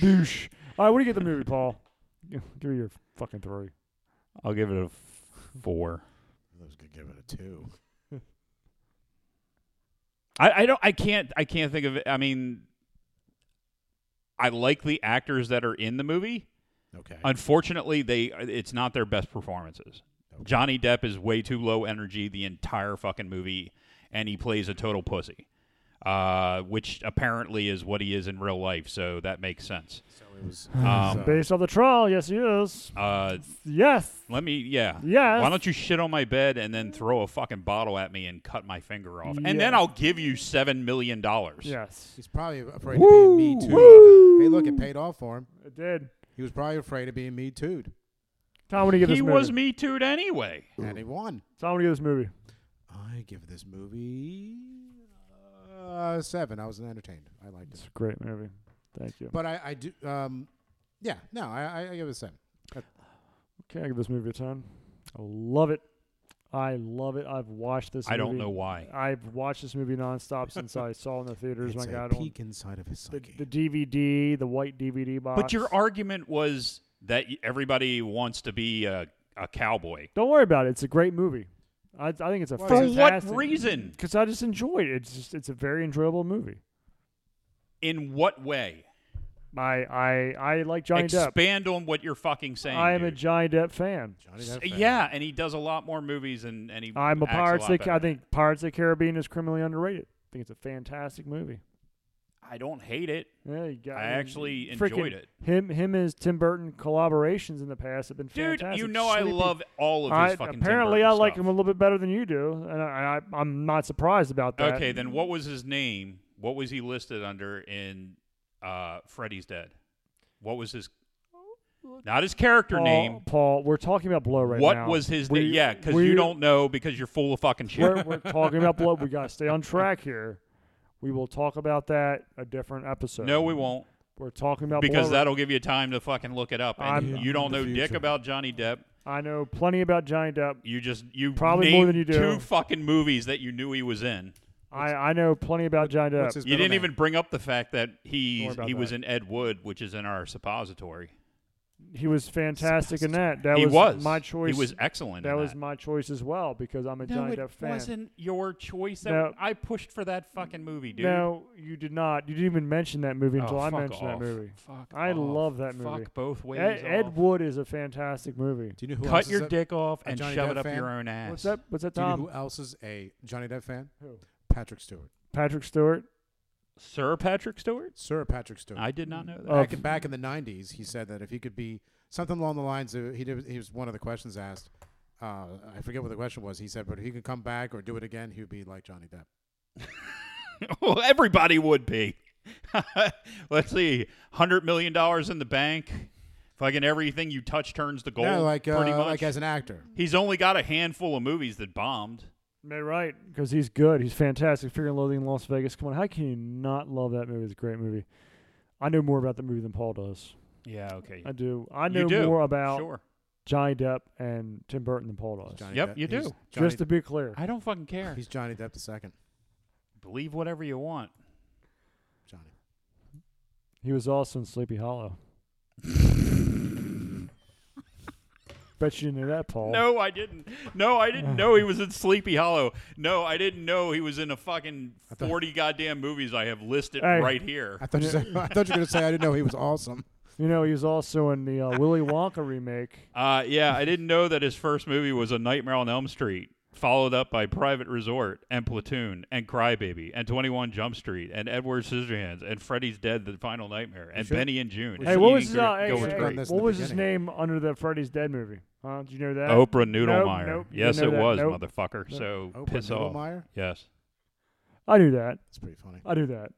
Douche. All right, what do you get the movie, Paul? (laughs) Give me your fucking three.
I'll give it a four.
I was gonna give it a two.
I, I don't. I can't. I can't think of it. I mean, I like the actors that are in the movie.
Okay.
Unfortunately, they it's not their best performances. Johnny Depp is way too low energy the entire fucking movie, and he plays a total pussy, uh, which apparently is what he is in real life. So that makes sense.
so it was. uh,
Um,
Based on the trial, yes, he is.
Uh,
Yes.
Let me, yeah.
Yes.
Why don't you shit on my bed and then throw a fucking bottle at me and cut my finger off? And
Yes.
then I'll give you $7 million.
Yes.
he's probably afraid of being me too. Hey, look, it paid off for him.
It did.
He was probably afraid of being me too,
Tom, what do you give
He
this movie?
was Me Too'd anyway.
and he won.
Tom, what do you give this movie?
I give this movie uh, seven. I was entertained. I liked it,
It's a great movie. Thank you.
but I, I do. Um, yeah, no, I, I- I give it a seven.
Okay, I give this movie a 10. I love it. I love it. I've watched this
I don't
movie-
know why.
I've watched this movie nonstop since I saw it in the theaters
it's
when I
a
got it on
peek inside of his
the,
psyche.
the DVD, the white DVD box.
But your argument was that y- everybody wants to be a, a cowboy.
Don't worry about it. It's a great movie. I, I think it's a
For
For what
fantastic
reason?
Because I just enjoyed it. It's just it's a very enjoyable movie.
In what way?
I I I like Johnny Depp.
Expand on what you're fucking saying.
I am a
dude.
Johnny Depp fan.
Johnny Depp
S-
fan.
Yeah, and he does a lot more movies, and, and he.
I'm a
acts
Pirates.
lot
of the, I
better.
think Pirates of the Caribbean is criminally underrated. I think it's a fantastic movie.
I don't hate it.
Yeah, you got,
I
mean,
actually
freaking-
enjoyed it.
Him, him, and his Tim Burton collaborations in the past have been
Dude,
fantastic.
you know I
Sleepy-
love all of
I-
his fucking. Tim
apparently,
Burton
I like
stuff.
him a little bit better than you do, and I, I, I'm not surprised about that.
Okay, then what was his name? What was he listed under in uh, Freddy's Dead? What was his? Not his character
Paul,
name.
Paul, we're talking about Blow right
what
now.
was his
We-
name? Yeah, because
we-
you don't know because you're full of fucking shit.
(laughs) We're, we're talking about Blow. We got to stay on track here. We will talk about that a different episode.
no, we won't
We're talking about
because
Blow.
that'll give you time to fucking look it up. And
I'm-
you don't
The
know dick
future.
about Johnny Depp.
I know plenty about Johnny Depp.
You just you
Probably more than
named
you do.
Two fucking movies that you knew he was in.
I, I know plenty about Johnny Depp.
What's his
you
middle
didn't
name?
even bring up the fact that he
Don't worry
he
about
was
that.
in Ed Wood, which is in our suppository.
he was fantastic in that. That
he
was,
was,
my choice.
He was excellent.
that
in
was
that.
my choice as well because I'm a
No,
Johnny
it
Depp fan.
wasn't your choice. That
No.
I pushed for that fucking movie, dude.
No, you did not. You didn't even mention that movie
Oh,
until I
fuck
mentioned
off.
that movie.
Fuck
I
off.
love that movie. E-
Fuck both ways.
Ed,
off.
Ed Wood is a fantastic movie.
Do you know who else
Cut
is
your
a-
dick off
a
and
Johnny
shove
Depp
it up
fan?
your own ass.
What's that? What's that,
Do you know
Tom?
who else is a Johnny Depp fan?
Who?
Patrick Stewart.
Patrick Stewart.
Sir Patrick Stewart?
Sir Patrick Stewart.
I did not know that.
Oh,
back, in, (laughs) back in the 90s, he said that if he could be something along the lines of, he, did, he was one of the questions asked. Uh, I forget what the question was. He said, but if he could come back or do it again, he'd be like Johnny Depp.
(laughs) well, everybody would be. (laughs) Let's see, hundred million dollars in the bank. Fucking everything you touch turns to gold.
yeah, like, uh,
pretty much.
like as an actor.
He's only got a handful of movies that bombed.
May right because he's good. He's fantastic. Fear and Loathing in Las Vegas. Come on, how can you not love that movie? It's a great movie. I know more about the movie than Paul does.
Yeah, okay.
I do. I
you
know
do.
more about
Sure.
Johnny Depp and Tim Burton than Paul does.
Johnny
Yep,
Depp.
you do.
He's
Just
Johnny,
Just to be clear,
I don't fucking care.
he's Johnny Depp the second.
Believe whatever you want.
Johnny.
he was also in Sleepy (laughs) Hollow. Bet you knew that, Paul.
No, I didn't. No, I didn't know he was in Sleepy Hollow. No, I didn't know he was in a fucking
thought-
forty goddamn movies I have listed
Hey.
right here.
(laughs) I thought you said, I thought you were going to say I didn't know he was awesome.
You know, he was also in the uh, Willy Wonka remake.
Uh, yeah, I didn't know that his first movie was A Nightmare on Elm Street, followed up by Private Resort and Platoon and Crybaby and Twenty One Jump Street and Edward Scissorhands and Freddy's Dead: The Final Nightmare and
should-
Benny and June.
Hey,
and
what was
Eating
his,
Gr-
uh, hey,
Going
hey,
Great.
This in
what
the
was his
beginning.
name under the Freddy's Dead movie? Huh? Did you know that?
Oprah Noodlemeyer.
nope, you
yes,
know
it
that.
was,
Nope.
motherfucker.
Nope.
So
Oprah
piss off.
Meyer?
Yes.
I knew that.
Oh, That's pretty funny.
I knew that.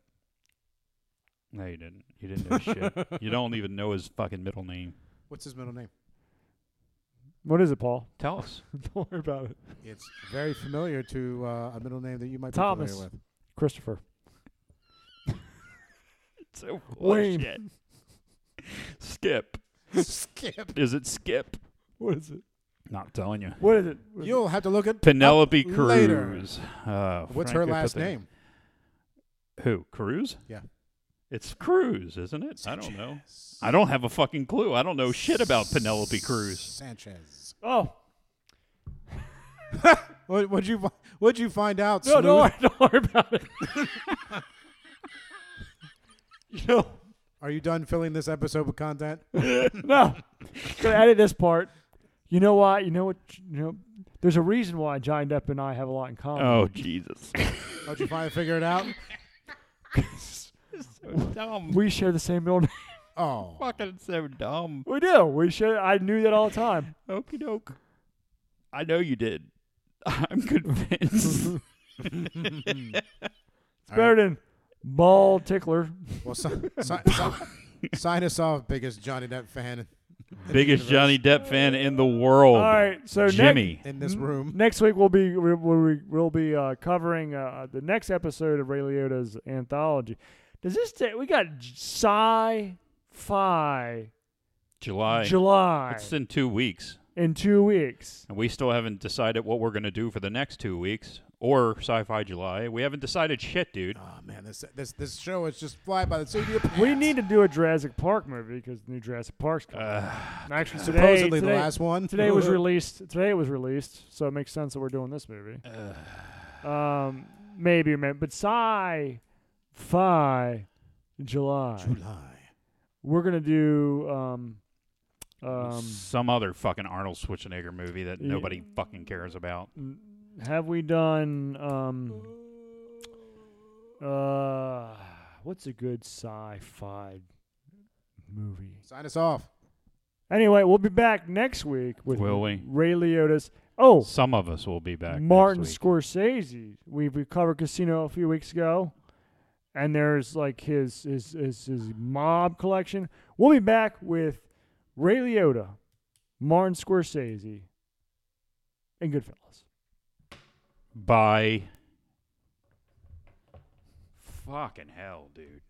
No, you didn't. You didn't know shit.
(laughs)
You don't even know his fucking middle name.
What's his middle name?
What is it, Paul?
Tell us.
(laughs) Don't worry about it.
It's very familiar to uh, a middle name that you might be
Thomas.
familiar (laughs) with.
Christopher.
So
Wayne.
bullshit. Skip.
Skip.
Is it Skip?
What is it?
Not telling you.
What is it? What is it?
You'll have to look at
Penelope
up
Cruz.
later.
Uh, Frank
What's her
could
last
put the-
name?
Who? Cruz?
Yeah.
It's Cruz, isn't it? I don't know. I don't have a fucking clue. I don't know Oh, shit about Penelope Cruz.
Sanchez.
(laughs) Oh
What would you fi- what'd you find out?
no! Don't
Sleuth?
worry, don't worry about it. you know,
Are you done filling this episode with content?
no. Gonna edit this part. You know why? You know what? You know, there's a reason why Johnny Depp and I have a lot in common.
Oh Jesus!
How'd you finally figure it (laughs) out?
(laughs) so dumb.
We share the same middle name.
Oh,
Fucking so dumb.
We do. We share. I knew that all the time.
Okie doke. I know you did. (laughs) I'm convinced.
It's better than ball tickler.
well, si- si- (laughs) si- sign us off, biggest Johnny Depp fan
(laughs) Biggest Johnny Depp fan in the world.
All right. So next,
Jimmy.
in
Mm-hmm.
this room.
next week we'll be we'll, we'll we'll be uh, covering uh, the next episode of Ray Liotta's anthology. Does this take? We got sci-fi
July.
July
It's in two weeks,
in two weeks.
and we still haven't decided what we're gonna do for the next two weeks or Sci-Fi July. We haven't decided shit, dude.
Oh man, this this this show is just fly by the seat of your pants.
We need to do a Jurassic Park movie because the new Jurassic Park's coming. out.
Uh,
And Actually, today,
supposedly
today,
the last one.
today was released. Today it was released, so it makes sense that we're doing this movie. um, maybe, man, but sci-fi July.
July.
we're gonna do um, um,
Some other fucking Arnold Schwarzenegger movie that
Yeah.
nobody fucking cares about.
have we done um, uh, what's a good sci-fi movie?
Sign us off.
Anyway, we'll be back next week with
Will we?
Ray Liotta's. Oh,
Some of us will be back. next
Martin
week.
Scorsese. We we covered Casino a few weeks ago, and there's like his his his, his mob collection. We'll be back with Ray Liotta, Martin Scorsese, and Goodfellas.
By. Fucking hell, dude.